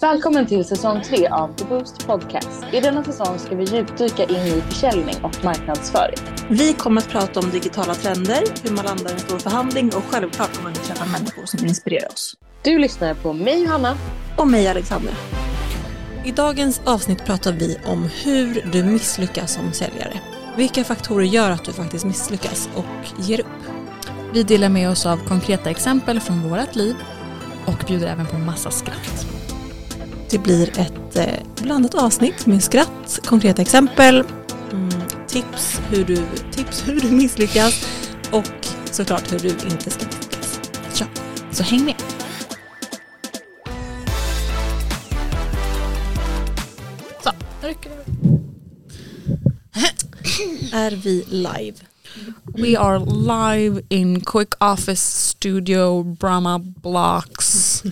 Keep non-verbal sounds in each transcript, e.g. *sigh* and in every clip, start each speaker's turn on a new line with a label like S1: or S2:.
S1: Välkommen till säsong 3 av The Boost Podcast. I denna säsong ska vi djupdyka in i försäljning och marknadsföring.
S2: Vi kommer att prata om digitala trender, hur man landar i en stor förhandling och självklart kommer vi träffa människor som inspirerar oss.
S1: Du lyssnar på mig Johanna.
S2: Och mig Alexandra.
S3: I dagens avsnitt pratar vi om hur du misslyckas som säljare. Vilka faktorer gör att du faktiskt misslyckas och ger upp?
S4: Vi delar med oss av konkreta exempel från vårt liv och bjuder även på massa skratt.
S3: Det blir ett eh, blandat avsnitt med skratt, konkreta exempel, mm, tips, hur du, tips hur du misslyckas och såklart hur du inte ska misslyckas.
S4: Ja, så häng med! Så, nu rycker vi.
S3: Är vi live?
S4: We are live in Quick Office Studio Brahma Blocks.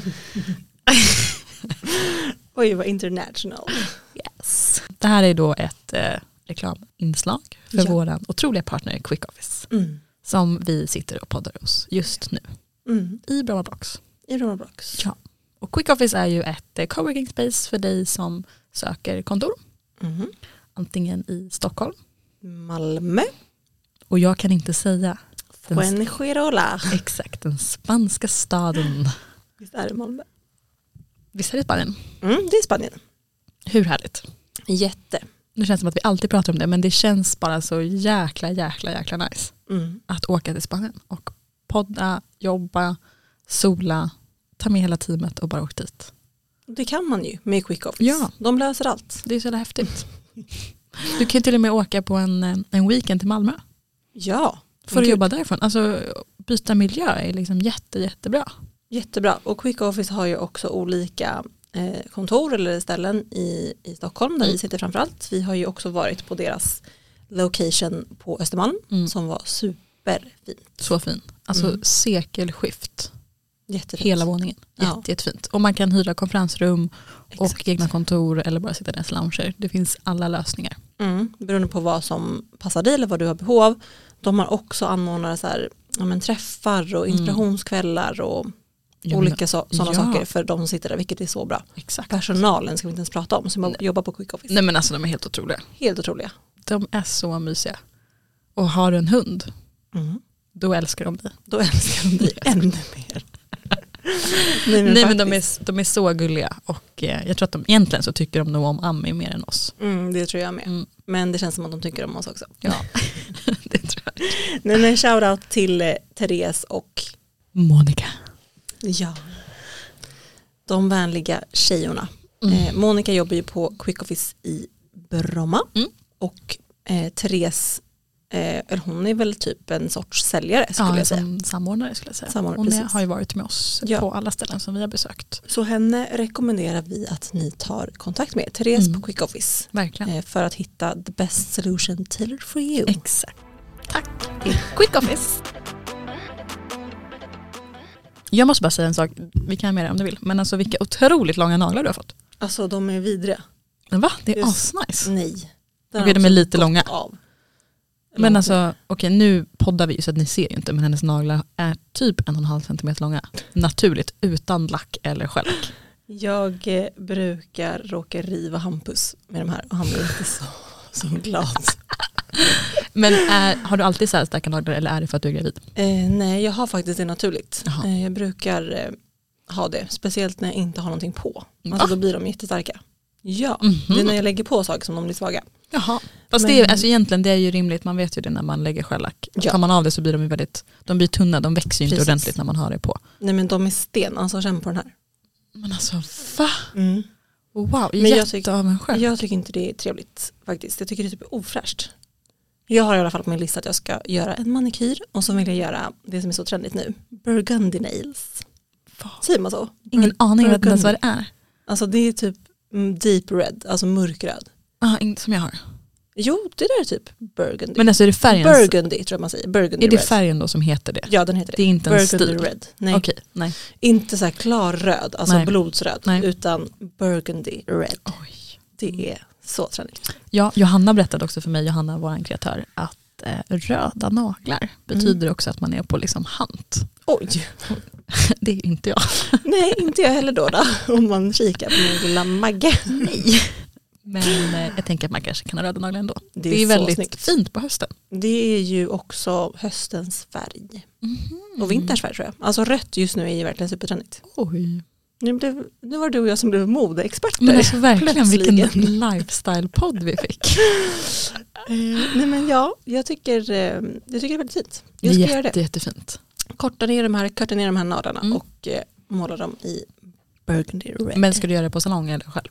S3: Oj, vad international.
S4: *laughs* Yes. Det här är då ett eh, reklaminslag för
S3: Ja.
S4: vår otroliga partner Quick Office
S3: Mm.
S4: som vi sitter och poddar hos just nu
S3: Mm.
S4: i Brahma Blocks.
S3: I Roma Blocks.
S4: Ja. Och Quick Office är ju ett eh, coworking space för dig som söker kontor,
S3: Mhm.
S4: antingen i Stockholm
S3: Malmö.
S4: och jag kan inte säga den,
S3: Fuengirola.
S4: exakt den spanska staden.
S3: Visst är det Malmö?
S4: Visst är det Spanien?
S3: Mm, det är Spanien.
S4: Hur härligt?
S3: Jätte.
S4: Nu känns det som att vi alltid pratar om det men det känns bara så jäkla jäkla jäkla nice
S3: Mm.
S4: att åka till Spanien och podda, jobba, sola, ta med hela teamet och bara åka dit.
S3: Det kan man ju med Quick Office.
S4: Ja.
S3: De löser allt.
S4: Det är så
S3: *laughs*
S4: jävla häftigt. Du kan ju till och med åka på en, eh, en weekend till Malmö
S3: Ja.
S4: för att
S3: Gud,
S4: jobba därifrån. Alltså byta miljö är liksom jätte, jättebra.
S3: Jättebra. Och Quick Office har ju också olika eh, kontor eller ställen i, i Stockholm där
S4: Mm.
S3: vi sitter framförallt. Vi har ju också varit på deras location på Östermalm
S4: Mm.
S3: som var superfin.
S4: Så fin. Alltså
S3: Mm.
S4: sekelskift,
S3: Jättefint.
S4: hela våningen. Jätte,
S3: Ja.
S4: Jättefint. Och man kan hyra konferensrum och
S3: Exakt.
S4: egna kontor eller bara sitta i deras lounger. Det finns alla lösningar.
S3: Mm, beroende på vad som passar dig eller vad du har behov. De har också anordnare så här, ja, men träffar och
S4: Mm.
S3: inspirationskvällar och
S4: Ja, men-
S3: olika så, sådana
S4: ja.
S3: saker för de som sitter där, vilket är så bra.
S4: Exakt.
S3: Personalen ska vi inte ens prata om som jobb- jobbar på Quick Office.
S4: Nej men alltså de är helt otroliga.
S3: Helt otroliga.
S4: De är så mysiga. Och har du en hund,
S3: Mm.
S4: då älskar de dig.
S3: Då älskar de dig *laughs* ännu mer. Nej
S4: *laughs* Nej men de
S3: faktiskt.
S4: är, de är så gulliga och eh, jag tror att de egentligen så tycker de nog om Ami mer än
S3: *laughs*
S4: oss.
S3: Mm, det tror jag med.
S4: Mm.
S3: Men det känns som att de tycker om oss också.
S4: Ja, det tror jag.
S3: *laughs* Nej men shoutout till eh, Therese och Eh,
S4: Monica.
S3: ja, de vänliga tjejorna.
S4: Mm.
S3: Eh, Monica jobbar ju på Quick Office i Bromma
S4: Mm.
S3: och eh, Therese, eh, eller hon är väl typ en sorts säljare skulle
S4: Ja,
S3: jag säga.
S4: som samordnare skulle jag säga.
S3: Samordnare,
S4: Hon är,
S3: precis.
S4: har ju varit med oss
S3: Ja.
S4: på alla ställen som vi har besökt.
S3: Så henne rekommenderar vi att ni tar kontakt med. Therese
S4: Mm.
S3: på Quick Office
S4: Verkligen.
S3: eh, för att hitta the best solution tailored for you.
S4: Exakt. Tack till Quick Office. Jag måste bara säga en sak, vi kan ha med det om du vill, men alltså vilka otroligt långa naglar du har fått.
S3: Alltså de är vidriga.
S4: Men va? Det är
S3: Just-
S4: asnice.
S3: Nej. Den har
S4: Okej, de
S3: också
S4: är lite
S3: gått
S4: långa.
S3: Av.
S4: Men alltså, okej nu poddar vi ju så att ni ser ju inte, men hennes naglar är typ en och en halv centimeter långa. Naturligt, utan lack eller skälk.
S3: Jag eh, brukar råka riva Hampus med de här och han blir inte så, så glad.
S4: Men är, har du alltid så här starka naglar eller är det för att du är gravid?
S3: Eh, nej, jag har faktiskt det naturligt.
S4: Jaha.
S3: Eh, jag brukar eh, ha det, speciellt när jag inte har någonting på. Alltså
S4: Va?
S3: då blir de jättestarka. Ja, det är när
S4: Mhm.
S3: jag lägger på saker som de blir svaga.
S4: Jaha. Fast det
S3: Men-
S4: är, alltså egentligen det är ju rimligt, man vet ju det när man lägger skällack.
S3: Ja.
S4: Tar man av det så blir de ju väldigt, de blir tunna, de växer ju inte
S3: Precis.
S4: ordentligt när man har det på.
S3: Nej men de är sten, alltså känn på den här.
S4: Men alltså va?
S3: Mm.
S4: Wow,
S3: Men jag
S4: jätteavundsjuk.
S3: Jag tycker inte det är trevligt faktiskt. Jag tycker det är typ ofräscht. Jag har i alla fall på min lista att jag ska göra en manikyr och så vill jag göra det som är så trendigt nu. Burgundy nails.
S4: Va?
S3: Säger man så?
S4: Ingen aning om
S3: Burgundy.
S4: ens vad det är.
S3: Alltså det är typ mm, deep red, alltså mörkröd.
S4: Ah, inte som jag har.
S3: Jo, det där är typ burgundy.
S4: Men alltså är det färgen,
S3: Burgundy tror jag man säger. Burgundy
S4: är det
S3: red.
S4: färgen då som heter det?
S3: Ja den heter det.
S4: Det är inte en
S3: Burgundy
S4: stil?
S3: red. Nej,
S4: Okej, nej.
S3: inte så här klarröd, alltså
S4: Nej.
S3: blodsröd,
S4: Nej.
S3: utan burgundy red.
S4: Oj.
S3: Det är så trendigt.
S4: Ja, Johanna berättade också för mig, Johanna vår kreatör,
S3: Mm.
S4: att eh, röda naglar betyder också att man är på liksom hunt.
S3: Oj,
S4: *laughs* Det är inte jag.
S3: *laughs* Nej, inte jag heller då, då om man kikar på min lilla Magge.
S4: Nej. Men eh, jag tänker att man kanske kan ha röda naglar ändå.
S3: Det
S4: Det
S3: är
S4: är, ju
S3: så
S4: väldigt
S3: snyggt.
S4: fint på hösten.
S3: Det är ju också höstens färg. Mm-hmm.
S4: Mm.
S3: Och vinterns färg tror jag. Alltså rött just nu är ju verkligen supertrendigt.
S4: Oj.
S3: Nu, blev, nu var det du och jag som blev
S4: *laughs*
S3: modeexperter.
S4: Men alltså verkligen vilken
S3: Plötsligen.
S4: *laughs* lifestyle-podd vi fick.
S3: Eh, nej men ja, jag tycker, eh, jag tycker det är väldigt fint. Jag ska göra
S4: Jätte,
S3: det.
S4: jättefint.
S3: Korta ner de här, korta ner de här nadarna
S4: Mm.
S3: och eh, måla dem i burgundy red.
S4: Men ska du göra det på salong eller själv?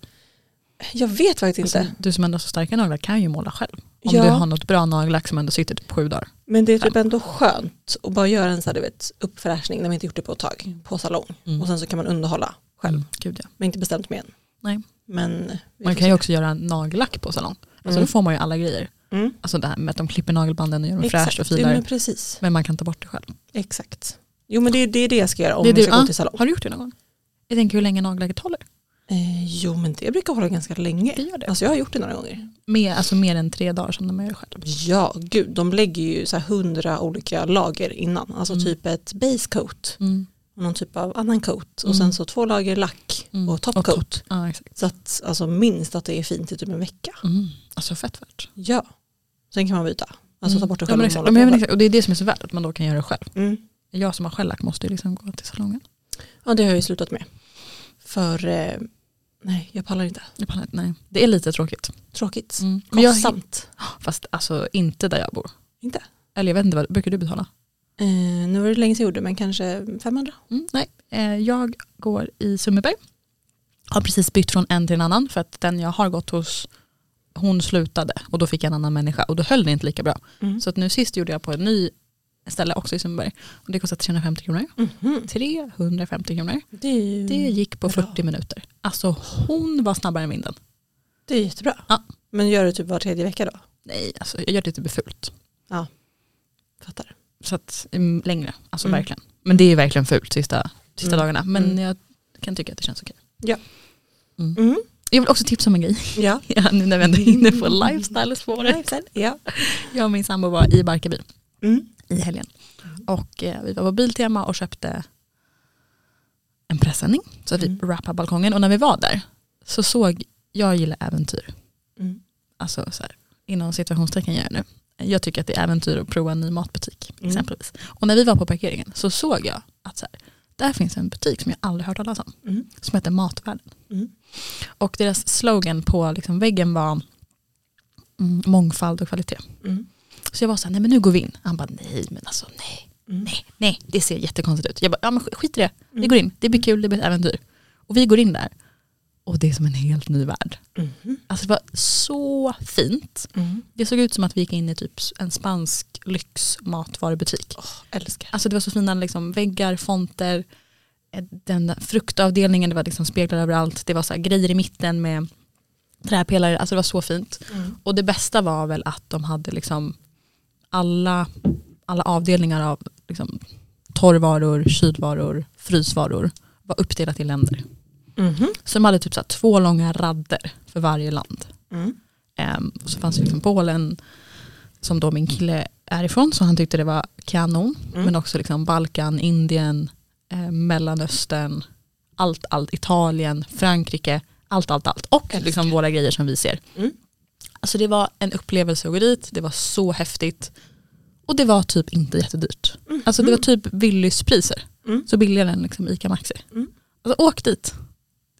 S3: jag vet faktiskt inte.
S4: Alltså, du som ändå har så starka naglar kan ju måla själv. Alltså, Om
S3: Ja.
S4: du har något bra nagellack som ändå sitter typ sju dagar.
S3: Men det är typ ändå skönt att bara göra en så här, du vet, uppfräschning när man inte gjort det på ett tag på salong.
S4: Mm.
S3: Och sen så kan man underhålla själv.
S4: Mm, Gud, ja.
S3: Men inte bestämt med än.
S4: Nej.
S3: Men vi
S4: Man
S3: får
S4: kan ju
S3: se.
S4: också göra nagellack på salong. Alltså
S3: Mm.
S4: då får man ju alla grejer.
S3: Mm.
S4: Alltså det här med att de klipper nagelbanden och gör dem fräscht och
S3: Exakt. Jo,
S4: finare.
S3: men precis.
S4: Men man kan ta bort det själv.
S3: Exakt. Jo men det, är- det är det jag ska göra om
S4: Det är
S3: jag
S4: du-
S3: ska gå
S4: ah.
S3: till salong.
S4: Har du gjort det någon gång? Jag tänker hur länge nagellacket håller.
S3: Eh, jo men det brukar hålla ganska
S4: Det
S3: länge.
S4: gör det.
S3: Alltså jag har gjort det några gånger.
S4: Mer, alltså mer än tre dagar som de gör själv.
S3: Ja gud, de lägger ju så här hundra olika lager innan. Alltså
S4: Mm.
S3: typ ett base coat
S4: Mm.
S3: och någon typ av annan coat. Och
S4: Mm.
S3: sen så två lager lack
S4: Mm.
S3: och top
S4: Och
S3: coat.
S4: top. Ja, exakt.
S3: Så att alltså minst att det är fint i typ en vecka.
S4: Mm. Alltså fett värt. Mm.
S3: Ja, sen kan man byta. Alltså ta bort det
S4: ja,
S3: själv
S4: men
S3: och
S4: exakt.
S3: måla
S4: Ja, men
S3: på
S4: exakt. Och det är det som är så värt, att man då kan göra det själv.
S3: själv. Mm.
S4: Jag som har skällack måste ju liksom gå till salongen.
S3: Ja det har jag ju slutat med. För eh, nej jag pallar inte.
S4: Jag pallar inte, Nej. Mm. Det är lite tråkigt.
S3: Tråkigt.
S4: Men jag,
S3: Kostsamt.
S4: *gasps* fast alltså inte där jag bor.
S3: Inte?
S4: Eller jag vet inte, vad brukar du betala?
S3: Eh, nu var det länge sedan jag gjorde men kanske 500.
S4: Mm, nej, eh, jag går i Summerberg. Har precis bytt från en till en annan för att den jag har gått hos hon slutade och då fick jag en annan människa och då höll det inte lika bra.
S3: Mm.
S4: Så att nu sist gjorde jag på en ny ställe också i Summerberg och det kostar 350 kronor.
S3: Mhm.
S4: 350 kronor.
S3: Det är ju
S4: Det gick på
S3: Mm. bra.
S4: 40 minuter. Alltså hon var snabbare än vinden.
S3: det är jättebra.
S4: Ja.
S3: Men gör det typ var tredje vecka då?
S4: Nej, alltså jag gör det typ fult.
S3: Fattar.
S4: Så att mm, längre, alltså
S3: Mm.
S4: verkligen. Men det är ju verkligen fult sista, sista
S3: Mm.
S4: dagarna. Men
S3: Mm.
S4: jag kan tycka att det känns okej.
S3: Ja.
S4: Mm.
S3: Mm.
S4: Jag vill också tipsa om en grej. *laughs*
S3: Ja.
S4: Ja, nu när vi ändå är inne
S3: *laughs*
S4: på lifestyle-spåret.
S3: Lifestyle. Ja.
S4: Jag och min sambo var i Barkarby
S3: Mm.
S4: i helgen. Och eh, vi var på Biltema och köpte en pressändning. Så att vi
S3: Mm.
S4: wrappade balkongen. Och när vi var där så såg, jag gillar äventyr.
S3: Mm.
S4: Alltså så här, inom situationstecken gör jag nu. Jag tycker att det är äventyr att prova en ny matbutik
S3: Mm.
S4: exempelvis. Och när vi var på parkeringen så såg jag att så här, där finns en butik som jag aldrig hört talas om.
S3: Mm.
S4: Som heter Matvärlden.
S3: Mm.
S4: Och deras slogan på liksom väggen var mm, mångfald och kvalitet.
S3: Mm.
S4: Så jag var så här, nej men nu går vi in. Han bara, nej men alltså nej,
S3: Mm.
S4: nej, nej, det ser jättekonstigt ut. Jag bara, ja men sk- skit i det, vi
S3: Mm.
S4: går in, det blir kul, det blir ett äventyr. Och vi går in där och det är som en helt ny värld.
S3: Mhm.
S4: Alltså det var så fint.
S3: Mm.
S4: Det såg ut som att vi gick in i typ en spansk lyxmatvarubutik.
S3: Älskar.
S4: Alltså det var så fina liksom, väggar, fonter, eh, den där fruktavdelningen, det var liksom speglar överallt, det var så här grejer i mitten med träpelare, alltså det var så fint.
S3: Mm.
S4: Och det bästa var väl att de hade liksom alla, alla avdelningar av liksom torrvaror, kylvaror, frysvaror var uppdelat i länder.
S3: Mhm.
S4: Så de hade typ så här två långa radder för varje land.
S3: Mm.
S4: Ehm, och så fanns det liksom Polen som då min kille är ifrån så han tyckte det var kanon.
S3: Mm.
S4: Men också liksom Balkan, Indien, eh, Mellanöstern, allt, allt, Italien, Frankrike, allt, allt, allt. Och
S3: Älskar.
S4: liksom våra grejer som vi ser.
S3: Mm.
S4: Alltså det var en upplevelse att gå dit, det var så häftigt. Och det var typ inte jättedyrt.
S3: Mhm.
S4: Alltså det var typ Willys priser.
S3: Mm.
S4: Så billigare än liksom ICA Maxi.
S3: Mm.
S4: Alltså åk dit.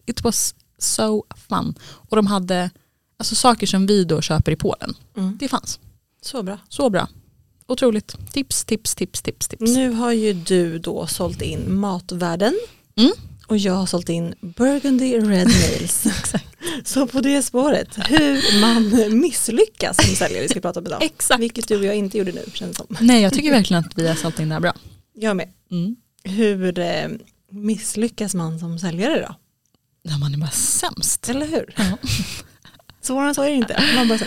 S4: It was so fun. Och de hade alltså, saker som vi då köper i Polen.
S3: Mm.
S4: Det fanns.
S3: Så bra.
S4: Så bra. Otroligt. Tips, tips, tips, tips, tips.
S3: Nu har ju du då sålt in matvärlden
S4: Mm.
S3: och jag har sålt in burgundy
S4: *laughs*
S3: red nails.
S4: Exakt.
S3: Så på det spåret, hur man misslyckas som säljare ska vi prata om idag.
S4: Exakt.
S3: Vilket du och jag inte gjorde nu känns som.
S4: Nej jag tycker verkligen att vi har sålt in det här bra.
S3: Jag med.
S4: Mm.
S3: Hur eh, misslyckas man som säljare då?
S4: Ja, man är bara sämst.
S3: Eller hur?
S4: Ja.
S3: Svårare än *laughs* så är det inte. Man bara så-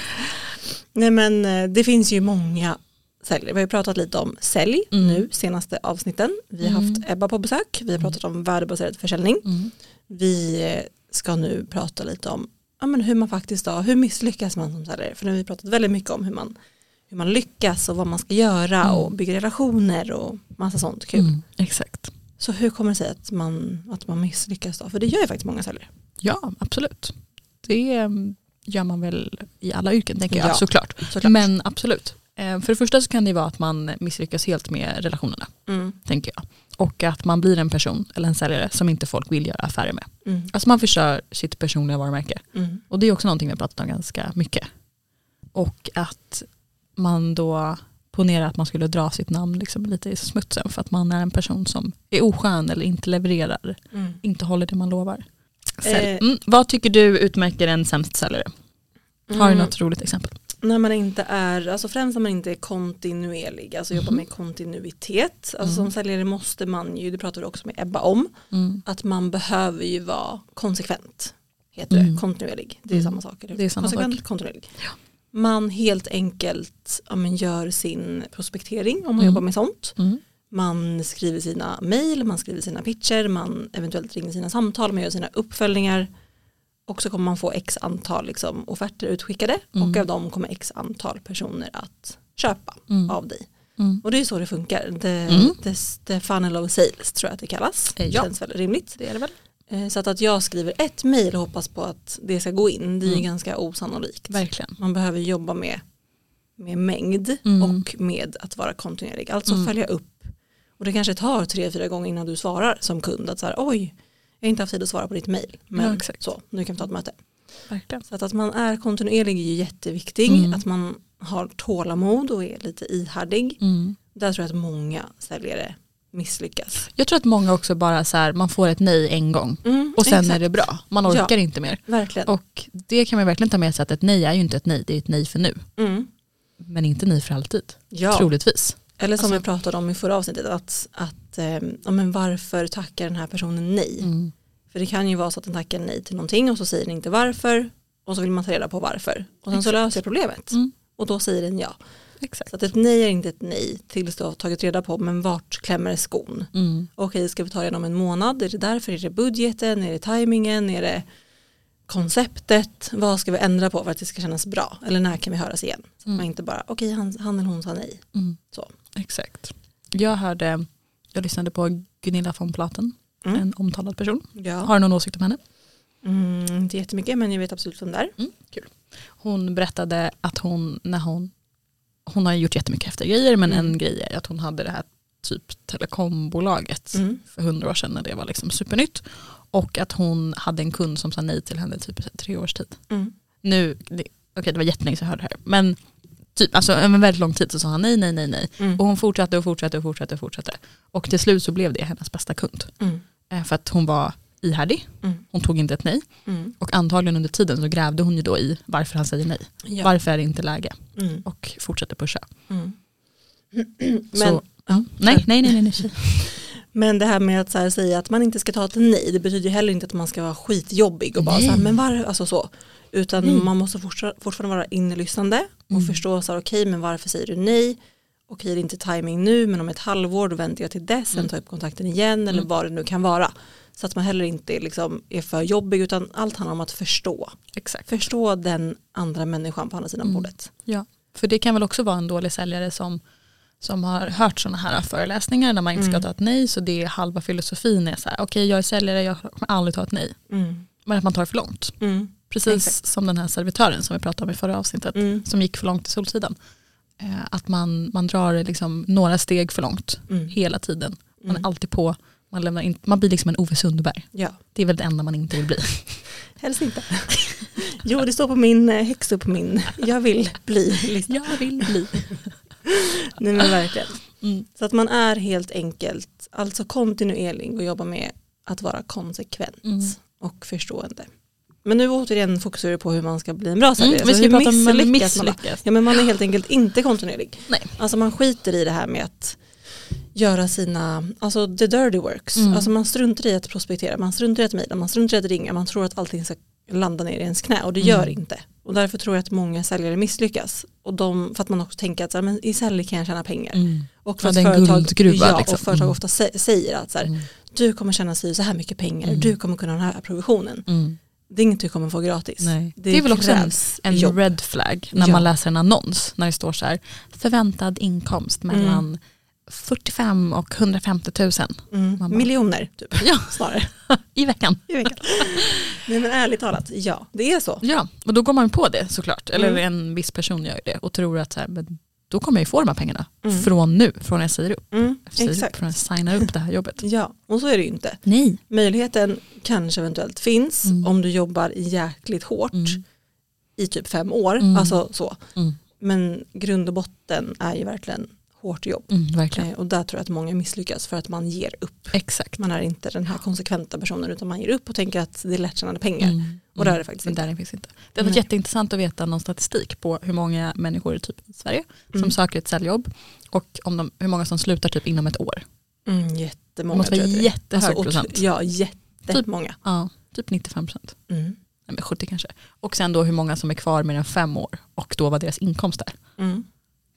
S3: Nej men eh, det finns ju många säljare. Vi har ju pratat lite om sälj
S4: Mm.
S3: nu senaste avsnitten. Vi har
S4: Mm.
S3: haft Ebba på besök. Vi har pratat om värdebaserad försäljning.
S4: Mm.
S3: Vi eh, ska nu prata lite om ja, men hur man faktiskt då, hur misslyckas man som säljare? För nu har vi pratat väldigt mycket om hur man, hur man lyckas och vad man ska göra
S4: Mm.
S3: och bygga relationer och massa sånt kul.
S4: Mm. Exakt.
S3: Så hur kommer det sig att man, att man misslyckas då? För det gör ju faktiskt många säljare.
S4: Ja, absolut. Det eh, gör man väl i alla yrken tänker jag,
S3: Ja,
S4: såklart.
S3: såklart.
S4: Men absolut. Eh, För det första så kan det vara att man misslyckas helt med relationerna,
S3: Mm.
S4: tänker jag. Och att man blir en person, eller en säljare, som inte folk vill göra affärer med.
S3: Mm.
S4: Alltså man förstör sitt personliga varumärke.
S3: Mm.
S4: Och det är också någonting vi har pratat om ganska mycket. Och att man då ponerar att man skulle dra sitt namn liksom lite i smutsen för att man är en person som är oskön eller inte levererar,
S3: Mm.
S4: inte håller det man lovar.
S3: Sälj.
S4: Mm, vad tycker du utmärker en sämst säljare? Har du
S3: Mm.
S4: något roligt exempel?
S3: När man inte är, alltså främst när man inte är kontinuerlig, alltså jobbar
S4: Mhm.
S3: med kontinuitet. Alltså
S4: Mm.
S3: som säljare måste man ju, det pratade vi också med Ebba om,
S4: Mm.
S3: att man behöver ju vara konsekvent. Heter
S4: Mm.
S3: det, kontinuerlig. Det är
S4: Mm.
S3: samma sak. eller hur?
S4: Det är samma
S3: konsekvent,
S4: sak.
S3: kontinuerlig. Man helt enkelt ja, men gör sin prospektering om man
S4: Mm.
S3: jobbar med sånt.
S4: Mm.
S3: Man skriver sina mejl, man skriver sina pitcher, man eventuellt ringer sina samtal, man gör sina uppföljningar. Och så kommer man få x antal liksom, offerter utskickade
S4: Mm.
S3: och av dem kommer x antal personer att köpa
S4: Mm.
S3: av dig.
S4: Mm.
S3: Och det är ju så det funkar. The,
S4: Mm.
S3: the, the funnel of sales tror jag att det kallas.
S4: Eh, ja.
S3: Känns väl rimligt.
S4: Det är det väl?
S3: Eh, Så att, att jag skriver ett mejl och hoppas på att det ska gå in, det är ju
S4: Mm.
S3: ganska osannolikt.
S4: Verkligen.
S3: Man behöver jobba med, med mängd
S4: Mm.
S3: och med att vara kontinuerlig. Alltså
S4: Mm.
S3: följa upp. Och det kanske tar tre, fyra gånger innan du svarar som kund. Att så här, oj, jag har inte haft tid att svara på ditt mejl.
S4: Ja,
S3: Men
S4: exakt.
S3: så, nu kan vi ta ett möte.
S4: Verkligen.
S3: Så att, att man är kontinuerlig är ju jätteviktig.
S4: Mm.
S3: Att man har tålamod och är lite ihärdig.
S4: Mm.
S3: Där tror jag att många säljare misslyckas.
S4: Jag tror att många också bara så här, man får ett nej en gång
S3: Mm,
S4: och sen
S3: exakt.
S4: är det bra. Man
S3: Ja.
S4: orkar inte mer.
S3: Verkligen.
S4: Och det kan man verkligen ta med sig att ett nej är ju inte ett nej, det är ett nej för nu.
S3: Mm.
S4: Men inte nej för alltid,
S3: Ja.
S4: troligtvis.
S3: Eller som
S4: Alltså-
S3: vi pratade om i förra avsnittet, att, att eh, ja, men varför tackar den här personen nej?
S4: Mm.
S3: För det kan ju vara så att den tackar nej till någonting och så säger den inte varför och så vill man ta reda på varför. Och sen så
S4: Exakt.
S3: löser jag problemet
S4: Mm.
S3: och då säger den ja.
S4: Exakt.
S3: Så att ett nej är inte ett nej tills du har tagit reda på men vart klämmer skon?
S4: Mm.
S3: Okej, ska vi ta det om en månad? Är det därför? Är det budgeten? Är det tajmingen? Är det konceptet? Vad ska vi ändra på för att det ska kännas bra? Eller när kan vi höras igen? Så att
S4: Mm.
S3: man inte bara, okej han, han eller hon sa nej.
S4: Mm.
S3: Så.
S4: Exakt. Jag hörde, jag lyssnade på Gunilla von Platen,
S3: Mm.
S4: en omtalad person.
S3: Ja.
S4: Har du någon åsikt om henne?
S3: Mm, inte jättemycket men jag vet absolut vem det är.
S4: Mm, Hon berättade att hon, när hon, hon har gjort jättemycket häftiga grejer, men
S3: Mm.
S4: en grej är att hon hade det här typ telekombolaget
S3: Mm.
S4: för hundra år sedan när det var liksom supernytt. Och att hon hade en kund som sa nej till henne typ i så här tre års tid.
S3: Mm.
S4: Nu, det- okej det var jättelänge sedan jag hörde det här, men typ, alltså en väldigt lång tid så sa han nej, nej, nej, nej.
S3: Mm.
S4: Och hon fortsatte och fortsatte och fortsatte och fortsatte. Och till slut så blev det hennes bästa kund.
S3: Mm.
S4: Eh, För att hon var ihärdig,
S3: Mm.
S4: hon tog inte ett nej.
S3: Mm.
S4: Och antagligen under tiden så grävde hon ju då i varför han säger nej.
S3: Ja.
S4: Varför är det inte läge?
S3: Mm.
S4: Och fortsätter pusha.
S3: Mm. *clears throat*
S4: så,
S3: Men,
S4: ja. nej, nej,
S3: *laughs*
S4: nej, nej, nej.
S3: men det här med att så här säga att man inte ska ta ett nej, det betyder ju heller inte att man ska vara skitjobbig och bara
S4: Nej.
S3: så här, men var, alltså så. Utan
S4: Nej.
S3: man måste fortfar- fortfarande vara inlyssnande och
S4: Mm.
S3: förstå så här, okej men varför säger du nej? Okej det är inte timing nu men om ett halvår då väntar jag till dess, sen tar jag upp kontakten igen eller
S4: Mm.
S3: vad det nu kan vara. Så att man heller inte är liksom är för jobbig utan allt handlar om att förstå.
S4: Exakt.
S3: Förstå den andra människan på andra sidan
S4: Mm.
S3: bordet.
S4: Ja. För det kan väl också vara en dålig säljare som, som har hört sådana här föreläsningar där man inte ska
S3: Mm.
S4: ta ett nej. Så det är halva filosofin är så här, okej jag är säljare, jag kommer aldrig ta ett nej.
S3: Mm.
S4: Men att man tar det för långt.
S3: Mm.
S4: Precis
S3: Exakt.
S4: som den här servitören som vi pratade om i förra avsnittet.
S3: Mm.
S4: Som gick för långt i Solsidan. Eh, att man, man drar det liksom några steg för långt
S3: Mm.
S4: hela tiden. Man
S3: Mm.
S4: är alltid på, man, lämnar in, man blir liksom en Ove Sundberg.
S3: Ja.
S4: Det är väl det enda man inte vill bli.
S3: Helst inte. *laughs* Jo, det står på min eh, högst upp på min jag vill bli lista.
S4: Jag vill bli.
S3: Nej men verkligen.
S4: Mm.
S3: Så att man är helt enkelt alltså kontinuerlig och jobbar med att vara konsekvent
S4: Mm.
S3: och förstående. Men nu återigen fokuserar vi på hur man ska bli en bra säljare.
S4: Mm, vi
S3: Så
S4: ska
S3: hur
S4: prata om man
S3: misslyckas man då?
S4: misslyckas.
S3: Ja men man är helt enkelt inte kontinuerlig.
S4: Nej.
S3: Alltså man skiter i det här med att göra sina, alltså the dirty works.
S4: Mm.
S3: Alltså man struntar i att prospektera, man struntar i att mejla, man struntar i att ringa, man tror att allting ska landa ner i ens knä och det
S4: Mm.
S3: gör det inte. Och därför tror jag att många säljare misslyckas. Och de, för att man också tänker att så här, men i sälj kan jag tjäna pengar.
S4: Mm.
S3: Och
S4: Ja, det är en guldgruva,
S3: ja,
S4: liksom.
S3: och företag
S4: Mm.
S3: ofta sä- säger att så här,
S4: Mm.
S3: du kommer tjäna sig så här mycket pengar,
S4: Mm.
S3: du kommer kunna ha den här provisionen.
S4: Mm.
S3: Det är inget du kommer få gratis.
S4: Nej. Det är väl också en-
S3: krävs
S4: En
S3: jobb.
S4: red flag när
S3: Ja.
S4: Mm. man läser en annons när det står så här förväntad inkomst mellan 45 och 150 000
S3: Mm.
S4: Man bara-
S3: Miljoner typ.
S4: Ja.
S3: Snarare.
S4: i veckan.
S3: I veckan. *laughs* Nej men ärligt talat, ja det är så.
S4: Ja, och då går man på det såklart. Eller
S3: Mm.
S4: en viss person gör det och tror att så här, men då kommer jag ju få de här pengarna
S3: Mm.
S4: från nu, från när jag säger upp.
S3: Mm,
S4: Säger upp,
S3: exakt.
S4: Från när jag signar upp det här jobbet.
S3: Ja, och så är det ju inte.
S4: Nej.
S3: Möjligheten kanske eventuellt finns
S4: Mm.
S3: om du jobbar jäkligt hårt
S4: Mm.
S3: i typ fem år.
S4: Mm.
S3: Alltså så.
S4: Mm.
S3: Men grund och botten är ju verkligen hårt jobb.
S4: Mm, verkligen.
S3: Eh, Och där tror jag att många misslyckas för att man ger upp.
S4: Eh, Exakt.
S3: Man är inte den här konsekventa personen utan man ger upp och tänker att det är lätt tjänade pengar.
S4: Mm,
S3: Och där
S4: mm.
S3: är det faktiskt
S4: Men
S3: inte.
S4: där finns inte. Det hade varit
S3: Nej.
S4: jätteintressant att veta någon statistik på hur många människor i typ Sverige som
S3: Mm.
S4: söker ett säljjobb och om de, hur många som slutar typ inom ett år.
S3: Mm,
S4: Det
S3: jättemånga
S4: måste vara
S3: tror jag att det är. Alltså,
S4: jättehög
S3: och-
S4: procent.
S3: Ja, jättemånga.
S4: Ja, typ 95 procent.
S3: Mm.
S4: Nej, men 70 kanske. Och sen då hur många som är kvar mer än fem år och då vad deras inkomst är.
S3: Mm.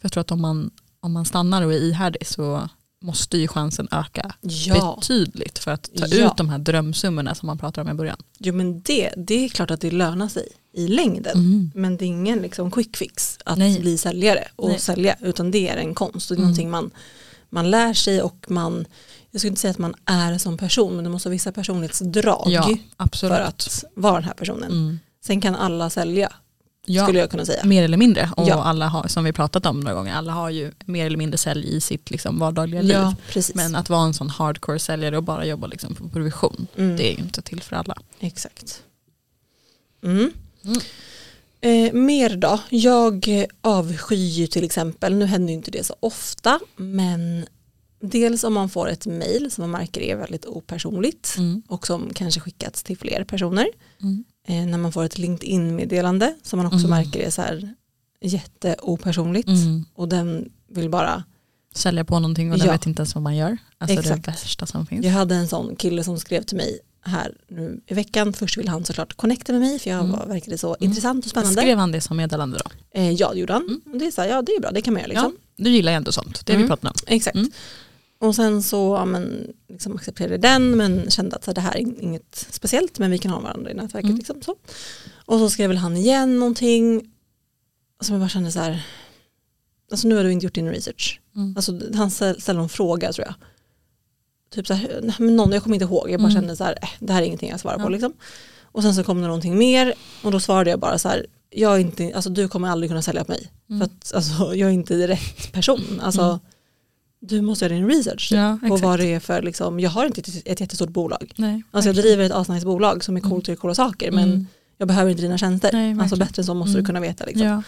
S4: För jag tror att om man, om man stannar och är ihärdig så måste ju chansen öka
S3: Ja,
S4: betydligt för att ta
S3: Ja.
S4: ut de här drömsummorna som man pratade om i början.
S3: jo, men det, det är klart att det lönar sig i längden. Men det är ingen liksom quick fix att
S4: Mm. Nej.
S3: bli säljare och
S4: Nej.
S3: sälja utan det är en konst och det är
S4: Mm.
S3: någonting man, man lär sig och man, jag skulle inte säga att man är som person men du måste ha vissa personlighetsdrag
S4: Ja, absolut.
S3: för att vara den här personen.
S4: Mm.
S3: Sen kan alla sälja
S4: Ja.
S3: skulle jag kunna säga.
S4: Mer eller mindre. Och
S3: Ja.
S4: alla har, som vi pratat om några gånger, alla har ju mer eller mindre sälj i sitt liksom vardagliga liv.
S3: Ja, precis.
S4: Men att vara en sån hardcore säljare och bara jobba liksom på provision,
S3: Mm,
S4: det är ju inte till för alla.
S3: Exakt. Mm.
S4: Mm.
S3: Eh, mer då, jag eh, avskyr ju till exempel, nu händer ju inte det så ofta, men dels om man får ett mail som man märker är väldigt opersonligt
S4: Mm.
S3: och som kanske skickats till fler personer. Eh, när man får ett LinkedIn-meddelande som man också
S4: Mm.
S3: märker är så här jätteopersonligt
S4: Mm.
S3: och den vill bara,
S4: Sälja på någonting och den
S3: Ja.
S4: vet inte ens vad man gör. Alltså
S3: Exakt.
S4: det värsta som finns.
S3: jag hade en sån kille som skrev till mig här nu i veckan, först ville han såklart connecta med mig för jag
S4: Mm.
S3: var, verkade så intressant och spännande.
S4: Skrev han det som meddelande då?
S3: Eh, ja det gjorde han,
S4: Mm.
S3: och det är så här, ja det är bra, det kan man göra liksom.
S4: Du gillar ju ändå sånt, det har vi
S3: Mm.
S4: pratat om.
S3: Exakt.
S4: Mm.
S3: Och sen så ja, men, liksom accepterade den men kände att så här, det här är in- inget speciellt men vi kan ha varandra i nätverket.
S4: Mm.
S3: Liksom, så. Och så skrev väl han igen någonting som jag bara kände så här, alltså nu har du inte gjort din research.
S4: Mm.
S3: Alltså han ställ- ställde en fråga tror jag. Typ så här, nej, men någon, jag kommer inte ihåg, jag bara
S4: Mm.
S3: kände så här, eh, det här är ingenting jag svarar på
S4: Ja.
S3: liksom. Och sen så kom det någonting mer och då svarade jag bara så här, jag är inte, alltså du kommer aldrig kunna sälja på mig.
S4: Mm.
S3: För att alltså, jag är inte rätt person. Alltså,
S4: Mm.
S3: Du måste göra din research typ,
S4: Ja,
S3: på
S4: exakt.
S3: vad det är för, liksom, jag har inte ett, ett jättestort bolag.
S4: Nej,
S3: Alltså jag driver ett asnice bolag som är
S4: Mm.
S3: coolt och coola saker men
S4: Mm.
S3: jag behöver inte dina tjänster.
S4: Nej,
S3: alltså
S4: verkligen.
S3: bättre än så måste
S4: Mm.
S3: du kunna veta. Liksom. *laughs*
S4: Ja.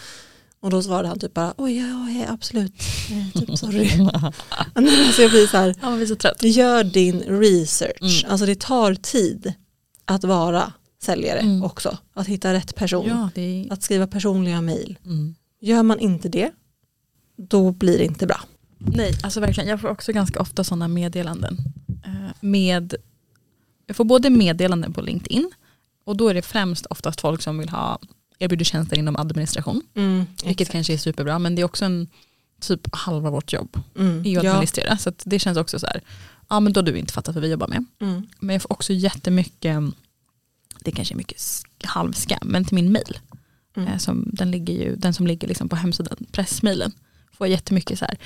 S3: Och då svarade han typ bara, oj ja, ja absolut, Eh,
S4: *laughs*
S3: typ sorry. *laughs* Nej, men alltså jag blir så här,
S4: Han var så trött.
S3: gör din research.
S4: Mm.
S3: Alltså det tar tid att vara säljare
S4: Mm.
S3: också. Att hitta rätt person.
S4: Ja, det är...
S3: Att skriva personliga mejl.
S4: mm.
S3: Gör man inte det, då blir det inte bra.
S4: Nej, alltså verkligen. Jag får också ganska ofta sådana meddelanden. Eh, Med, jag får både meddelanden på LinkedIn och då är det främst oftast folk som vill ha erbjuder tjänster inom administration, vilket
S3: Mm, Exakt.
S4: kanske är superbra, men det är också en typ halva vårt jobb
S3: Mm.
S4: är att
S3: Ja.
S4: administrera, så att det känns också så här, ja men då har du inte fattat vad vi jobbar med.
S3: Mm.
S4: Men jag får också jättemycket, det kanske är mycket sk- halvskam, men till min mail,
S3: Mm.
S4: eh, som, den, ligger ju, den som ligger liksom på hemsidan, pressmailen, får jag jättemycket så här,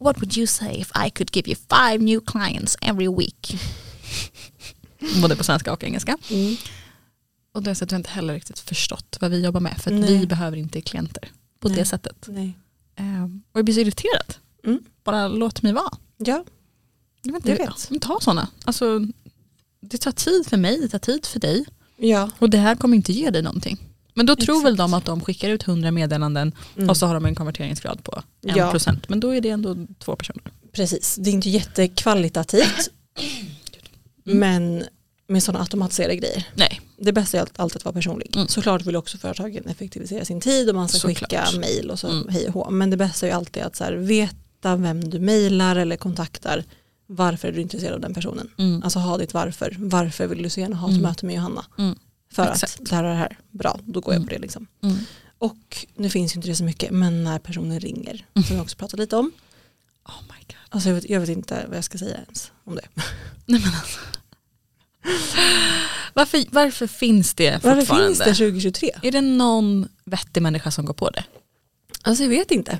S4: what would you say if I could give you five new clients every *laughs* week? Både på svenska och engelska.
S3: Mm.
S4: Och det är så att jag inte heller riktigt förstått vad vi jobbar med, för att
S3: Nej.
S4: vi behöver inte klienter på
S3: Nej.
S4: det sättet.
S3: Nej.
S4: Eh, och jag blir så irriterad.
S3: Mm.
S4: Bara låt mig vara.
S3: Ja,
S4: Jag vet
S3: Jag
S4: inte,
S3: vet.
S4: Men ta sådana. Alltså, det tar tid för mig, det tar tid för dig.
S3: ja.
S4: Och det här kommer inte ge dig någonting. Men då tror
S3: Exakt.
S4: väl de att de skickar ut 100 meddelanden
S3: Mm.
S4: och så har de en konverteringsgrad på 1%.
S3: Ja.
S4: Men då är det ändå två personer.
S3: precis. Det är inte jättekvalitativt
S4: Mm.
S3: men med sådana automatiserade grejer.
S4: Nej,
S3: Det bästa är allt- alltid att vara personlig.
S4: Mm.
S3: Såklart vill också företagen effektivisera sin tid och man ska
S4: Såklart.
S3: skicka mejl och så
S4: Mm.
S3: hej och hå. Men det bästa är ju alltid att så här, veta vem du mejlar eller kontaktar. Varför är du intresserad av den personen?
S4: mm.
S3: Alltså ha ditt varför. Varför vill du så gärna ha ett
S4: Mm.
S3: möte med Johanna?
S4: Mm.
S3: För att
S4: Exakt.
S3: det här och det här. Bra, då går jag
S4: Mm.
S3: på det liksom.
S4: Mm.
S3: Och nu finns ju inte det så mycket, men när personen ringer, som vi också pratat lite om,
S4: oh my god.
S3: Alltså jag vet, jag vet inte vad jag ska säga ens om det.
S4: Nej, men alltså. varför, varför finns det fortfarande?
S3: Varför finns det 2023?
S4: Är det någon vettig människa som går på det? Mm.
S3: Alltså jag vet inte.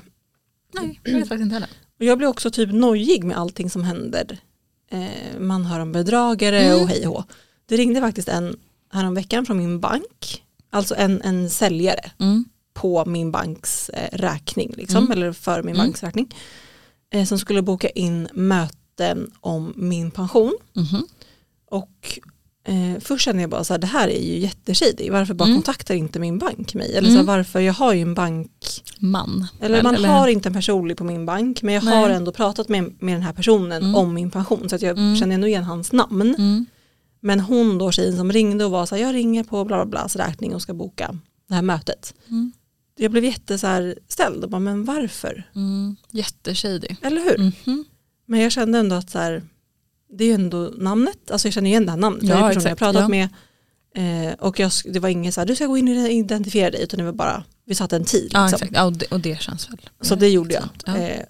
S4: Nej, jag vet faktiskt inte heller.
S3: Och Och jag blir också typ nojig med allting som händer. Eh, man hör om bedragare
S4: Mm.
S3: och hej och hå. Det ringde faktiskt en häromveckan från min bank, alltså en, en säljare
S4: Mm.
S3: på min banks eh, räkning, liksom,
S4: Mm.
S3: eller för min
S4: Mm.
S3: banks räkning, eh, som skulle boka in möten om min pension.
S4: Mhm.
S3: Och eh, först kände jag bara så här, det här är ju jättekidig, varför bara
S4: Mm.
S3: kontaktar inte min bank mig? Eller så här,
S4: Mm.
S3: varför, jag har ju en bank,
S4: Man.
S3: eller man har inte en personlig på min bank, men jag
S4: Nej.
S3: har ändå pratat med, med den här personen
S4: Mm.
S3: om min pension, så att jag
S4: Mm.
S3: känner ändå igen hans namn.
S4: Mm.
S3: Men hon då, tjejen som ringde och var så här, jag ringer på bla bla blas räkning och ska boka det här mötet.
S4: Mm.
S3: Jag blev jätte så här ställd och bara, men varför?
S4: Mm. Jätteshady.
S3: Eller hur?
S4: Mhm.
S3: Men jag kände ändå att så här, det är ju ändå namnet, alltså jag känner igen det här namnet, det
S4: Ja,
S3: är personen
S4: exakt,
S3: jag pratat
S4: ja.
S3: med. Eh, och jag, det var ingen så här, du ska gå in och identifiera dig, utan det var bara, vi satte en tid.
S4: Ja,
S3: liksom.
S4: exakt. Ja, och, det, och det känns väl.
S3: Så det gjorde jag.
S4: Ja.
S3: Eh,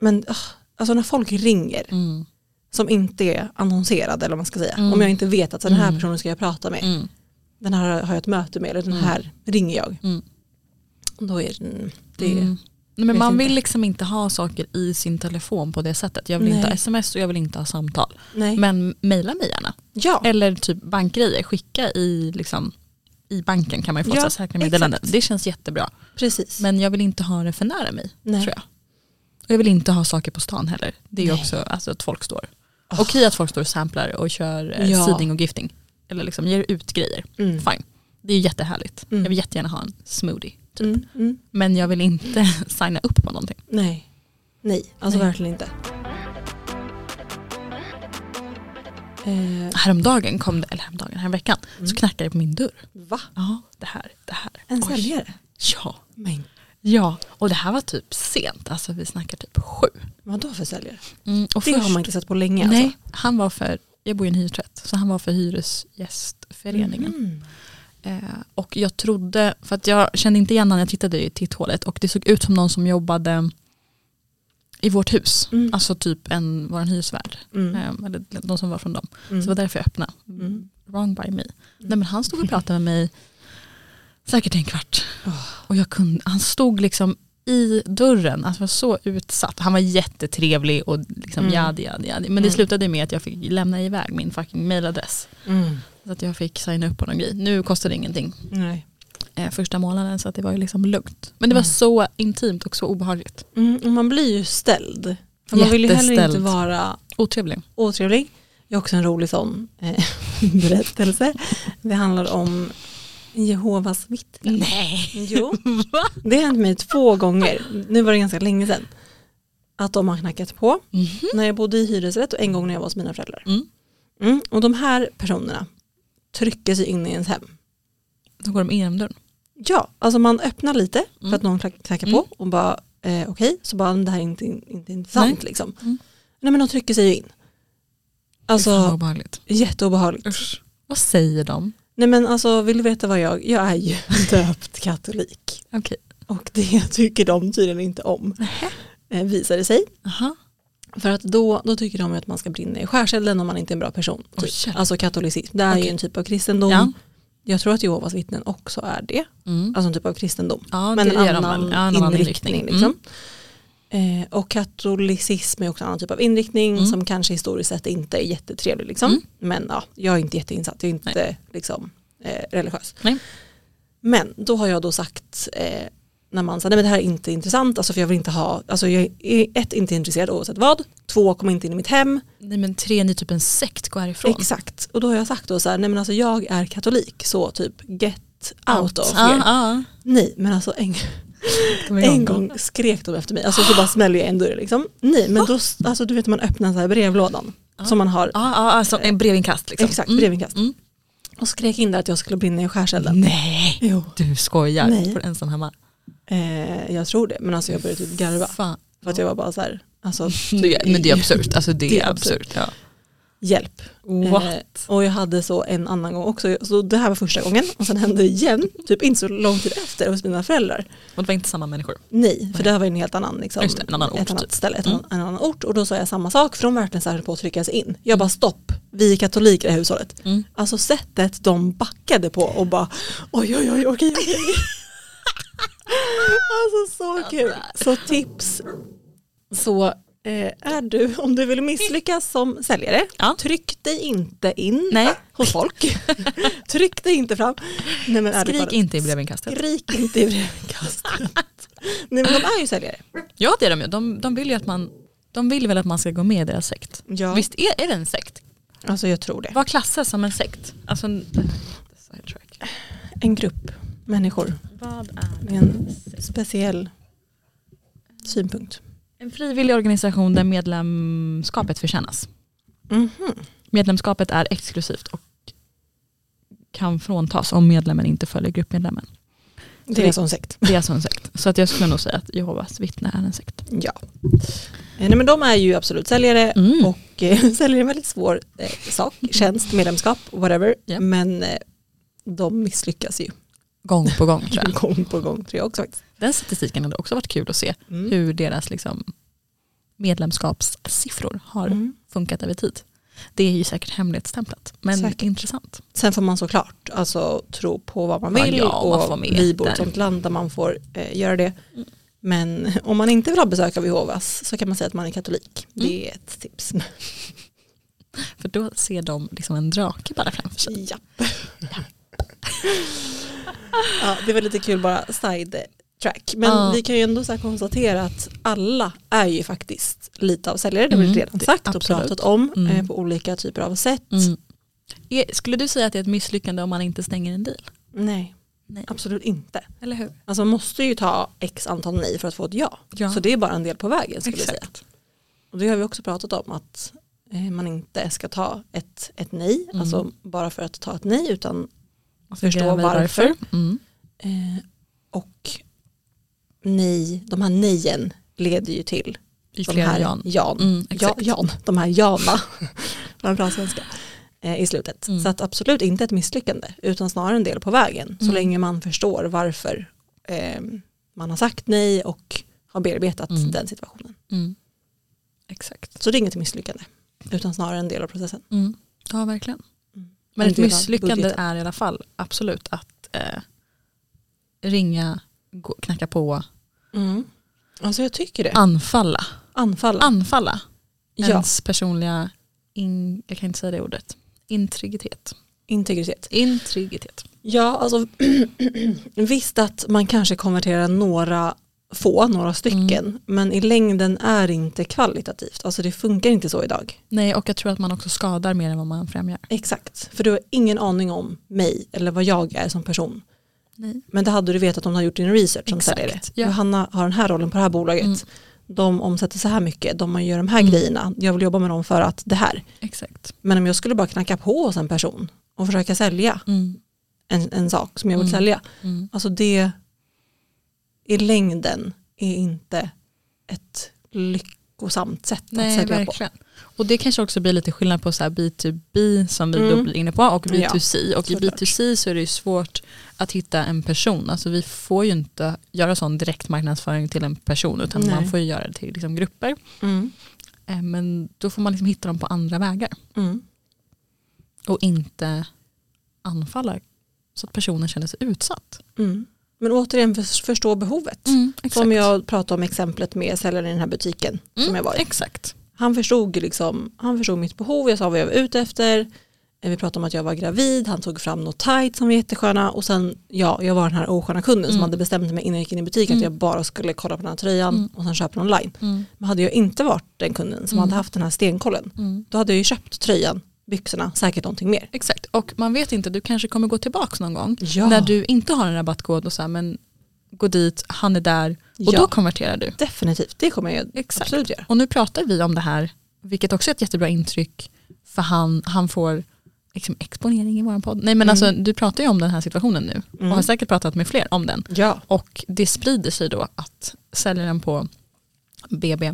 S3: men ah, alltså när folk ringer
S4: Mm.
S3: som inte är annonserade, eller vad man ska säga,
S4: Mm.
S3: om jag inte vet att så, den här
S4: Mm.
S3: personen ska jag prata med,
S4: Mm.
S3: den här har jag ett möte med, eller den
S4: Mm.
S3: här ringer jag.
S4: Mm.
S3: Då är det, det
S4: Mm. Nej, men
S3: vet
S4: man vill
S3: inte.
S4: liksom inte ha saker i sin telefon på det sättet. Jag vill inte
S3: Nej.
S4: ha sms och jag vill inte ha samtal.
S3: nej.
S4: Men mejla mig gärna.
S3: ja,
S4: Eller typ bankgrejer, skicka i, liksom, i banken kan man ju få
S3: Ja,
S4: så här säkra meddelanden.
S3: exakt.
S4: Det känns jättebra.
S3: precis.
S4: Men jag vill inte ha det för nära mig
S3: Nej.
S4: tror jag. Och jag vill inte ha saker på stan heller. Det är ju
S3: Nej.
S4: också alltså, att folk står.
S3: Ah.
S4: Okej att folk står och samplar och kör eh,
S3: Ja.
S4: seeding och gifting. Eller liksom ger ut grejer.
S3: Mm.
S4: Fine. Det är ju jättehärligt.
S3: Mm.
S4: Jag vill jättegärna ha en smoothie. Typ.
S3: Mm. Mm.
S4: Men jag vill inte *laughs* signa upp på någonting.
S3: Nej, nej, alltså
S4: Nej.
S3: verkligen inte. Eh,
S4: Häromdagen kom det, eller häromdagen, häromveckan,
S3: Mm.
S4: så knackade det på min dörr.
S3: va?
S4: Ja, det här, det här.
S3: En
S4: Oj.
S3: säljare?
S4: Ja.
S3: Men
S4: Ja, och det här var typ sent, alltså vi snackar typ sju.
S3: vad då för säljare?
S4: Mm, och
S3: Det har man inte sett på länge
S4: Nej,
S3: alltså.
S4: han var för, jag bor i en hyresrätt, så han var för Hyresgästföreningen.
S3: Mm.
S4: Eh, och jag trodde, för att jag kände inte igen honom, jag tittade i titthålet och det såg ut som någon som jobbade i vårt hus.
S3: Mm.
S4: Alltså typ en, vår hyresvärd,
S3: Mm.
S4: eh, eller de som var från dem.
S3: Mm.
S4: Så det var därför jag öppnade.
S3: Mm.
S4: Wrong by me. Nej, men han stod och pratade med mig säkert en kvart.
S3: Åh.
S4: Och jag kunde, han stod liksom i dörren, alltså var så utsatt. Han var jättetrevlig och liksom
S3: Mm.
S4: jadi, jadi, jadi. Men det
S3: Mm.
S4: slutade med att jag fick lämna iväg min fucking mailadress.
S3: Mm.
S4: Så att jag fick signa upp på någon grej. Nu kostar det ingenting
S3: Nej.
S4: eh, första månaden så att det var ju liksom lugnt. Men det var
S3: Mm.
S4: så intimt och så obehagligt.
S3: Mm. och Man blir ju ställd. För man vill ju heller inte
S4: Jätteställd.
S3: vara
S4: Otrevlig.
S3: otrevlig. Jag har också en rolig sån eh, *laughs* berättelse. Det handlar om Jehovas vittnen. *laughs*
S4: Nej.
S3: Jo, det har hänt mig två gånger. Nu var det ganska länge sedan. Att de har knackat på.
S4: Mhm.
S3: när jag bodde i hyresrätt och en gång när jag var hos mina föräldrar.
S4: Mm.
S3: Mm, och de här personerna trycker sig in i ens hem.
S4: Då går de in genom dörren.
S3: Ja, alltså man öppnar lite
S4: Mm.
S3: för att någon knack- knackar
S4: Mm.
S3: på och bara eh, okej, så bara det här är inte, inte intressant liksom.
S4: Mm.
S3: Nej men de trycker sig ju in.
S4: Fy fan vad
S3: Alltså
S4: obehagligt.
S3: jätteobehagligt.
S4: Usch. Vad säger de?
S3: Nej men alltså vill du veta vad jag, jag är ju *laughs* döpt katolik.
S4: Okej.
S3: Och det tycker de tydligen inte om, eh, visar det sig.
S4: Aha.
S3: För att då, då tycker de ju att man ska brinna i skärselden om man inte är en bra person.
S4: Oj,
S3: Typ.
S4: shit.
S3: alltså katolicism, det är ju
S4: Okej.
S3: en typ av kristendom.
S4: Ja.
S3: Jag tror att Jehovas vittnen också är det,
S4: Mm.
S3: alltså en typ av kristendom.
S4: Ja,
S3: men
S4: det
S3: en
S4: gör de
S3: annan,
S4: väl. Ja, en annan
S3: inriktning.
S4: inriktning. Mm.
S3: Liksom. Eh, och katolicism är också en annan typ av inriktning
S4: Mm.
S3: som kanske historiskt sett inte är jättetrevlig. Liksom.
S4: Mm.
S3: Men ja, jag är inte jätteinsatt, jag är inte liksom, eh, religiös.
S4: Nej.
S3: Men då har jag då sagt eh, när man säger nej men det här är inte intressant, alltså för jag vill inte ha, alltså jag är ett inte intresserad oavsett vad, två kom inte in i mitt hem,
S4: Nej men tre, ni är typ en sekt, gå härifrån.
S3: exakt, och då har jag sagt då så här, nej men alltså jag är katolik så typ get out of
S4: Ja,
S3: here.
S4: ja.
S3: Nej men alltså
S4: *laughs*
S3: en,
S4: Kom igång
S3: en
S4: då.
S3: gång skrek de efter mig, alltså så bara smällde jag en dörr liksom. Nej men då, alltså du vet man öppnar så här brevlådan
S4: Ja.
S3: som man har,
S4: Ja, ja, alltså en brevinkast liksom.
S3: exakt
S4: Ah. Mm.
S3: brevinkast.
S4: Mm.
S3: Och skrek in där att jag skulle brinna i skärselden.
S4: Nej,
S3: Jo.
S4: du skojar.
S3: Nej.
S4: Får ensam hemma.
S3: Eh, jag tror det, men alltså jag började typ garva.
S4: Fan.
S3: För att jag var bara så här, alltså
S4: *laughs* Det är, men det är absurt, alltså det,
S3: Det är
S4: är absurt. Ja.
S3: *laughs* hjälp.
S4: What?
S3: Eh, och jag hade så en annan gång också, så det här var första gången och sen hände det igen, typ inte så lång tid efter hos mina föräldrar.
S4: Och det var inte samma människor.
S3: Nej, för
S4: Nej.
S3: det här var ju en helt annan, liksom,
S4: Just det, en annan ort,
S3: ett annat
S4: typ.
S3: ställe, ett
S4: Mm.
S3: annan, en annan ort och då sa jag samma sak för de var verkligen särskilt på att trycka sig in. Jag bara stopp, vi är katoliker i det här hushållet.
S4: Mm.
S3: Alltså sättet de backade på och bara oj oj oj okej okej. *laughs* alltså så kul. Så tips, Så eh, är du, om du vill misslyckas som säljare,
S4: Ja.
S3: tryck dig inte in
S4: Nej.
S3: hos folk.
S4: *laughs*
S3: tryck dig inte fram. Nej, men ärligt
S4: Skrik
S3: talat,
S4: inte i brevinkastet.
S3: Skrik inte i brevinkastet. Nej men de är ju säljare.
S4: Ja det är de ju. De, de vill ju att man, de vill väl att man ska gå med i deras sekt.
S3: Ja.
S4: Visst är, är det en sekt?
S3: Alltså jag tror det.
S4: Vad klassas som en sekt? Alltså, en- sidetrack.
S3: En grupp människor
S4: Vad är
S3: med en speciell synpunkt.
S4: En frivillig organisation där medlemskapet förtjänas. Medlemskapet är exklusivt och kan fråntas om medlemmen inte följer gruppmedlemmen.
S3: Det är en sån sekt.
S4: Det är alltså en sekt. Så att jag skulle nog säga att Jehovas vittne är en sekt.
S3: Ja. Eh, Nej, men de är ju absolut säljare
S4: Mm.
S3: och eh, *laughs* säljare är en väldigt svår eh, sak, tjänst, medlemskap, whatever.
S4: Ja.
S3: Men eh, de misslyckas ju
S4: Gång på gång tror jag.
S3: gång på gång tror jag också faktiskt.
S4: Den statistiken hade också varit kul att se.
S3: Mm.
S4: Hur deras liksom, medlemskapssiffror har
S3: Mm.
S4: funkat över tid. Det är ju säkert hemlighetsstämplat. Men
S3: Säkert.
S4: intressant.
S3: Sen får man såklart alltså, tro på vad man
S4: Ja,
S3: vill
S4: ja, man får
S3: och
S4: med
S3: vi bor i
S4: där.
S3: ett sånt land där man får eh, göra det. Men *laughs* om man inte vill ha besök av Jehovas så kan man säga att man är katolik.
S4: Mm.
S3: Det är ett tips.
S4: För då ser de liksom en drake bara framför sig. *laughs*
S3: Japp. ja, det var lite kul bara side track. Men
S4: Ja.
S3: vi kan ju ändå så här konstatera att alla är ju faktiskt lite av säljare. Det har vi
S4: Mm,
S3: redan
S4: det-
S3: sagt och
S4: absolut.
S3: pratat om
S4: Mm.
S3: eh, på olika typer av sätt.
S4: Mm. Är- Skulle du säga att det är ett misslyckande om man inte stänger en deal?
S3: Nej,
S4: Nej.
S3: absolut inte.
S4: Eller hur?
S3: Alltså man måste ju ta x antal nej för att få ett ja.
S4: Ja.
S3: Så det är bara en del på vägen skulle jag säga.
S4: Exakt.
S3: Och det har vi också pratat om att eh, man inte ska ta ett, ett nej,
S4: Mm.
S3: alltså bara för att ta ett nej utan
S4: Och
S3: förstå
S4: gräva i
S3: varför.
S4: Mm.
S3: Eh, och nej, de här nejen leder ju till
S4: I
S3: de
S4: flera
S3: här
S4: jan.
S3: Jan.
S4: Mm,
S3: ja,
S4: exakt.
S3: Jan, de här Jana, *laughs* var en bra svenska, eh, i slutet.
S4: Mm.
S3: Så att absolut inte ett misslyckande, utan snarare en del på vägen. Så
S4: Mm.
S3: länge man förstår varför eh, man har sagt nej och har bearbetat
S4: Mm.
S3: den situationen.
S4: Mm. Exakt.
S3: Så det är inget misslyckande, utan snarare en del av processen.
S4: Mm. Ja, verkligen.
S3: Mm.
S4: Men
S3: En
S4: ett
S3: del av
S4: misslyckande
S3: budgeten.
S4: är i alla fall absolut att eh, ringa, gå, knacka på,
S3: Mm. Alltså jag tycker det.
S4: anfalla.
S3: Anfalla.
S4: Anfalla
S3: ja,
S4: ens personliga, in, jag kan inte säga det ordet, integritet.
S3: integritet.
S4: Integritet.
S3: Ja, alltså *clears throat* visst att man kanske konverterar några få, några stycken, men i längden är det inte kvalitativt. Alltså det funkar inte så idag.
S4: Nej, och jag tror att man också skadar mer än vad man främjar.
S3: Exakt, för du har ingen aning om mig eller vad jag är som person.
S4: Nej.
S3: Men det hade du vetat om du hade gjort din research som
S4: Exakt,
S3: säljare.
S4: ja.
S3: Johanna har den här rollen på det här bolaget.
S4: Mm.
S3: De omsätter så här mycket, de gör de här
S4: Mm.
S3: grejerna. Jag vill jobba med dem för att det här.
S4: Exakt.
S3: Men om jag skulle bara knacka på hos en person och försöka sälja
S4: Mm.
S3: en, en sak som jag vill
S4: Mm.
S3: sälja,
S4: Mm.
S3: Alltså det i längden är inte ett lyckosamt sätt att
S4: Nej,
S3: sälja
S4: verkligen. Och det kanske också blir lite skillnad på så här B2B som vi då
S3: Mm.
S4: blir inne på och
S3: Ja,
S4: B2C. och i
S3: såklart.
S4: B2C så är det ju svårt att hitta en person. Alltså vi får ju inte göra sån direkt marknadsföring till en person utan
S3: Nej.
S4: man får ju göra det till liksom grupper.
S3: på. Mm.
S4: Eh, Men då får man liksom hitta dem på andra vägar
S3: Mm.
S4: och inte anfalla så att personen känner sig utsatt.
S3: Mm. Men återigen förs- förstå behovet.
S4: Mm,
S3: Mm, Som jag pratade om exemplet med säljaren i den här butiken
S4: Mm,
S3: som jag var i.
S4: Exakt.
S3: Han förstod, ju liksom, han förstod mitt behov, jag sa vad jag var ute efter. Eh, Vi pratade om att jag var gravid, han tog fram något tight som var jättesköna och sen ja, jag var den här osköna kunden som
S4: Mm.
S3: hade bestämt mig innan jag gick in i butiken att jag
S4: Mm.
S3: bara skulle kolla på den här tröjan
S4: Mm.
S3: och sen köpa den online.
S4: Mm.
S3: Men hade jag inte varit den kunden som
S4: Mm.
S3: hade haft den här stenkollen
S4: Mm.
S3: då hade jag ju köpt tröjan, byxorna, säkert någonting mer.
S4: Exakt, och man vet inte, du kanske kommer gå tillbaka någon gång
S3: Ja,
S4: när du inte har en rabattkod och så här, men gå dit, han är där och
S3: Ja.
S4: då konverterar du.
S3: definitivt, det kommer jag
S4: Exakt.
S3: absolut göra.
S4: Och nu pratar vi om det här, vilket också är ett jättebra intryck för han, han får liksom exponering i vår podd. Nej
S3: Mm.
S4: men alltså du pratar ju om den här situationen nu
S3: Mm.
S4: och har säkert pratat med fler om den.
S3: Ja,
S4: Och det sprider sig då att säljaren på BB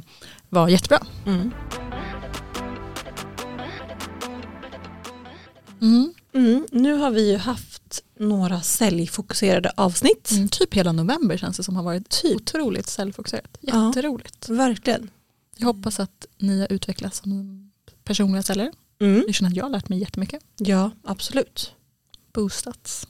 S4: var jättebra.
S3: mm.
S4: Mm.
S3: Mm. nu har vi ju haft några säljfokuserade avsnitt.
S4: Mm. Typ hela november känns det som har varit
S3: Typ.
S4: otroligt säljfokuserat.
S3: Ja.
S4: Jätteroligt.
S3: Verkligen.
S4: Jag hoppas att ni har utvecklats som personliga säljare.
S3: Mm.
S4: Jag känner att jag har lärt mig jättemycket.
S3: Ja, absolut.
S4: Boostats.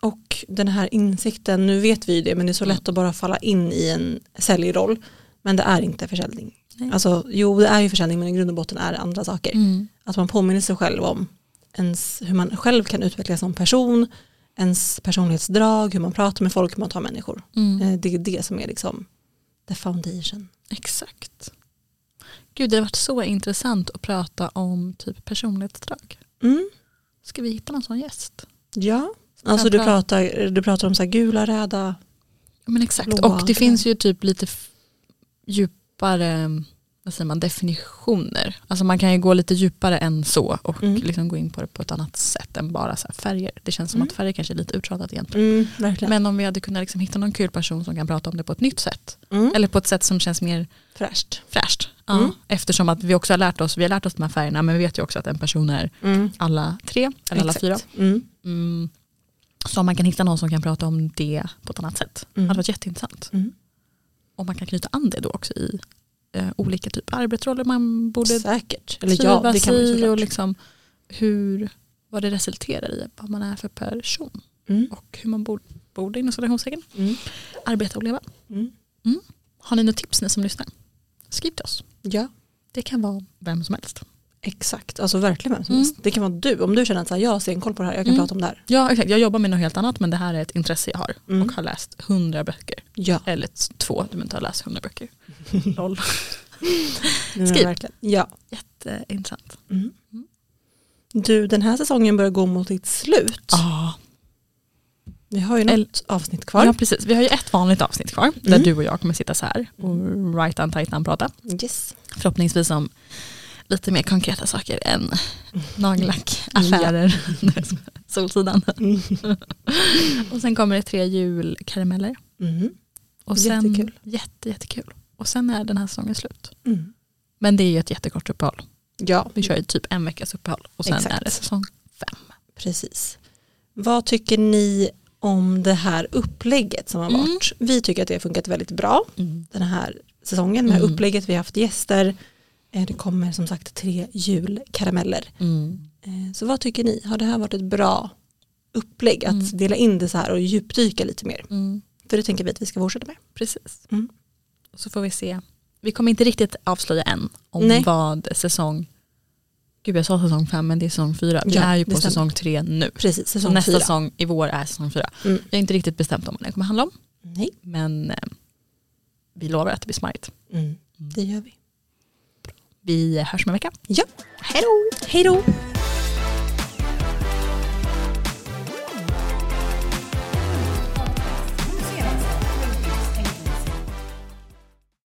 S3: Och den här insikten,
S4: Mm.
S3: nu vet vi ju det men det är så lätt att bara falla in i en säljroll. Men det är inte försäljning.
S4: Nej.
S3: Alltså, jo, det är ju försäljning men i grund och botten är det andra saker.
S4: Mm.
S3: Att man påminner sig själv om ens, hur man själv kan utvecklas som person, ens personlighetsdrag, hur man pratar med folk, hur man tar människor.
S4: Mm.
S3: Eh, Det är det som är liksom the foundation.
S4: Exakt. Gud, det har varit så intressant att prata om typ personlighetsdrag.
S3: Mm.
S4: Ska vi hitta någon sån gäst?
S3: Ja, alltså du pratar, du pratar om så här gula, röda.
S4: Ja, Men exakt,
S3: Blåa.
S4: och det finns ju typ lite f- djupare vad säger man, definitioner. Alltså man kan ju gå lite djupare än så och
S3: Mm.
S4: liksom gå in på det på ett annat sätt än bara så här färger. Det känns som
S3: Mm.
S4: att färger kanske är lite uttjatat egentligen.
S3: Mm, verkligen.
S4: Men om vi hade kunnat liksom hitta någon kul person som kan prata om det på ett nytt sätt.
S3: mm.
S4: Eller på ett sätt som känns mer
S3: fräscht.
S4: fräscht. Ja.
S3: Mm.
S4: Eftersom att vi också har lärt oss, vi har lärt oss de här färgerna men vi vet ju också att en person är
S3: Mm.
S4: alla tre eller alla
S3: Exakt.
S4: fyra.
S3: Mm.
S4: Mm. Så om man kan hitta någon som kan prata om det på ett annat sätt. Det
S3: Mm.
S4: hade varit jätteintressant.
S3: Mm.
S4: Och man kan knyta an det då också i eh, olika typer av arbetsroller man borde
S3: Säkert. Eller ja, det
S4: trivas
S3: kan man ju
S4: i och
S3: såklart.
S4: liksom hur, vad det resulterar i, vad man är för person
S3: Mm.
S4: och hur man borde, borde inom citationssäcken
S3: Mm.
S4: arbeta och leva.
S3: Mm.
S4: Har ni några tips ni som lyssnar? Skriv till oss.
S3: Ja,
S4: Det kan vara vem som helst.
S3: exakt. Alltså verkligen vem som
S4: Mm.
S3: helst. Det kan vara du. Om du känner att så här, jag har stenkoll på det här, jag kan
S4: Mm.
S3: prata om det här.
S4: Ja, exakt. Jag jobbar med något helt annat men det här är ett intresse jag har
S3: Mm.
S4: och har läst hundra böcker.
S3: Ja,
S4: Eller t- två, du behöver inte ha läst hundra böcker.
S3: *laughs*
S4: Noll.
S3: nej, men
S4: Skriv.
S3: verkligen. Ja.
S4: Jätteintressant.
S3: Mm.
S4: Mm.
S3: Du, den här säsongen börjar gå mot sitt slut.
S4: Ah,
S3: Vi har ju något
S4: El-
S3: avsnitt kvar.
S4: ja, precis. Vi har ju ett vanligt avsnitt kvar där
S3: Mm.
S4: du och jag kommer sitta så här och right on tight prata.
S3: Yes.
S4: Förhoppningsvis om lite mer konkreta saker än nagellack, affärer, *laughs* Solsidan.
S3: Mm.
S4: *laughs* och sen kommer det tre julkarameller.
S3: Mm.
S4: Och sen,
S3: Jättekul.
S4: Jätte, jättekul. Och sen är den här säsongen slut.
S3: Mm.
S4: Men det är ju ett jättekort uppehåll.
S3: Ja,
S4: Vi kör ju typ en veckas uppehåll och sen
S3: Exakt.
S4: är det säsong fem.
S3: precis. Vad tycker ni om det här upplägget som har
S4: Mm.
S3: varit? Vi tycker att det har funkat väldigt bra den här säsongen med
S4: Mm.
S3: upplägget. Vi har haft gäster. Eh, Det kommer som sagt tre julkarameller.
S4: Mm.
S3: Eh, Så vad tycker ni? Har det här varit ett bra upplägg att
S4: Mm.
S3: dela in det så här och djupdyka lite mer?
S4: Mm.
S3: För det tänker vi att vi ska fortsätta med.
S4: Precis.
S3: Mm.
S4: Och så får vi se. Vi kommer inte riktigt avslöja än om
S3: Nej.
S4: vad säsong, gud jag sa säsong fem men det är säsong fyra. Vi
S3: Ja,
S4: är ju
S3: det
S4: på
S3: stämmer.
S4: säsong tre nu.
S3: Precis,
S4: Så
S3: säsong
S4: nästa
S3: fyra.
S4: säsong i vår är säsong fyra.
S3: Mm.
S4: Vi har inte riktigt bestämt om vad den kommer handla om
S3: Nej,
S4: men eh, vi lovar att det blir smart.
S3: mm. det gör vi.
S4: Vi hörs om en vecka.
S3: Ja.
S4: Hej då!
S3: Hej då!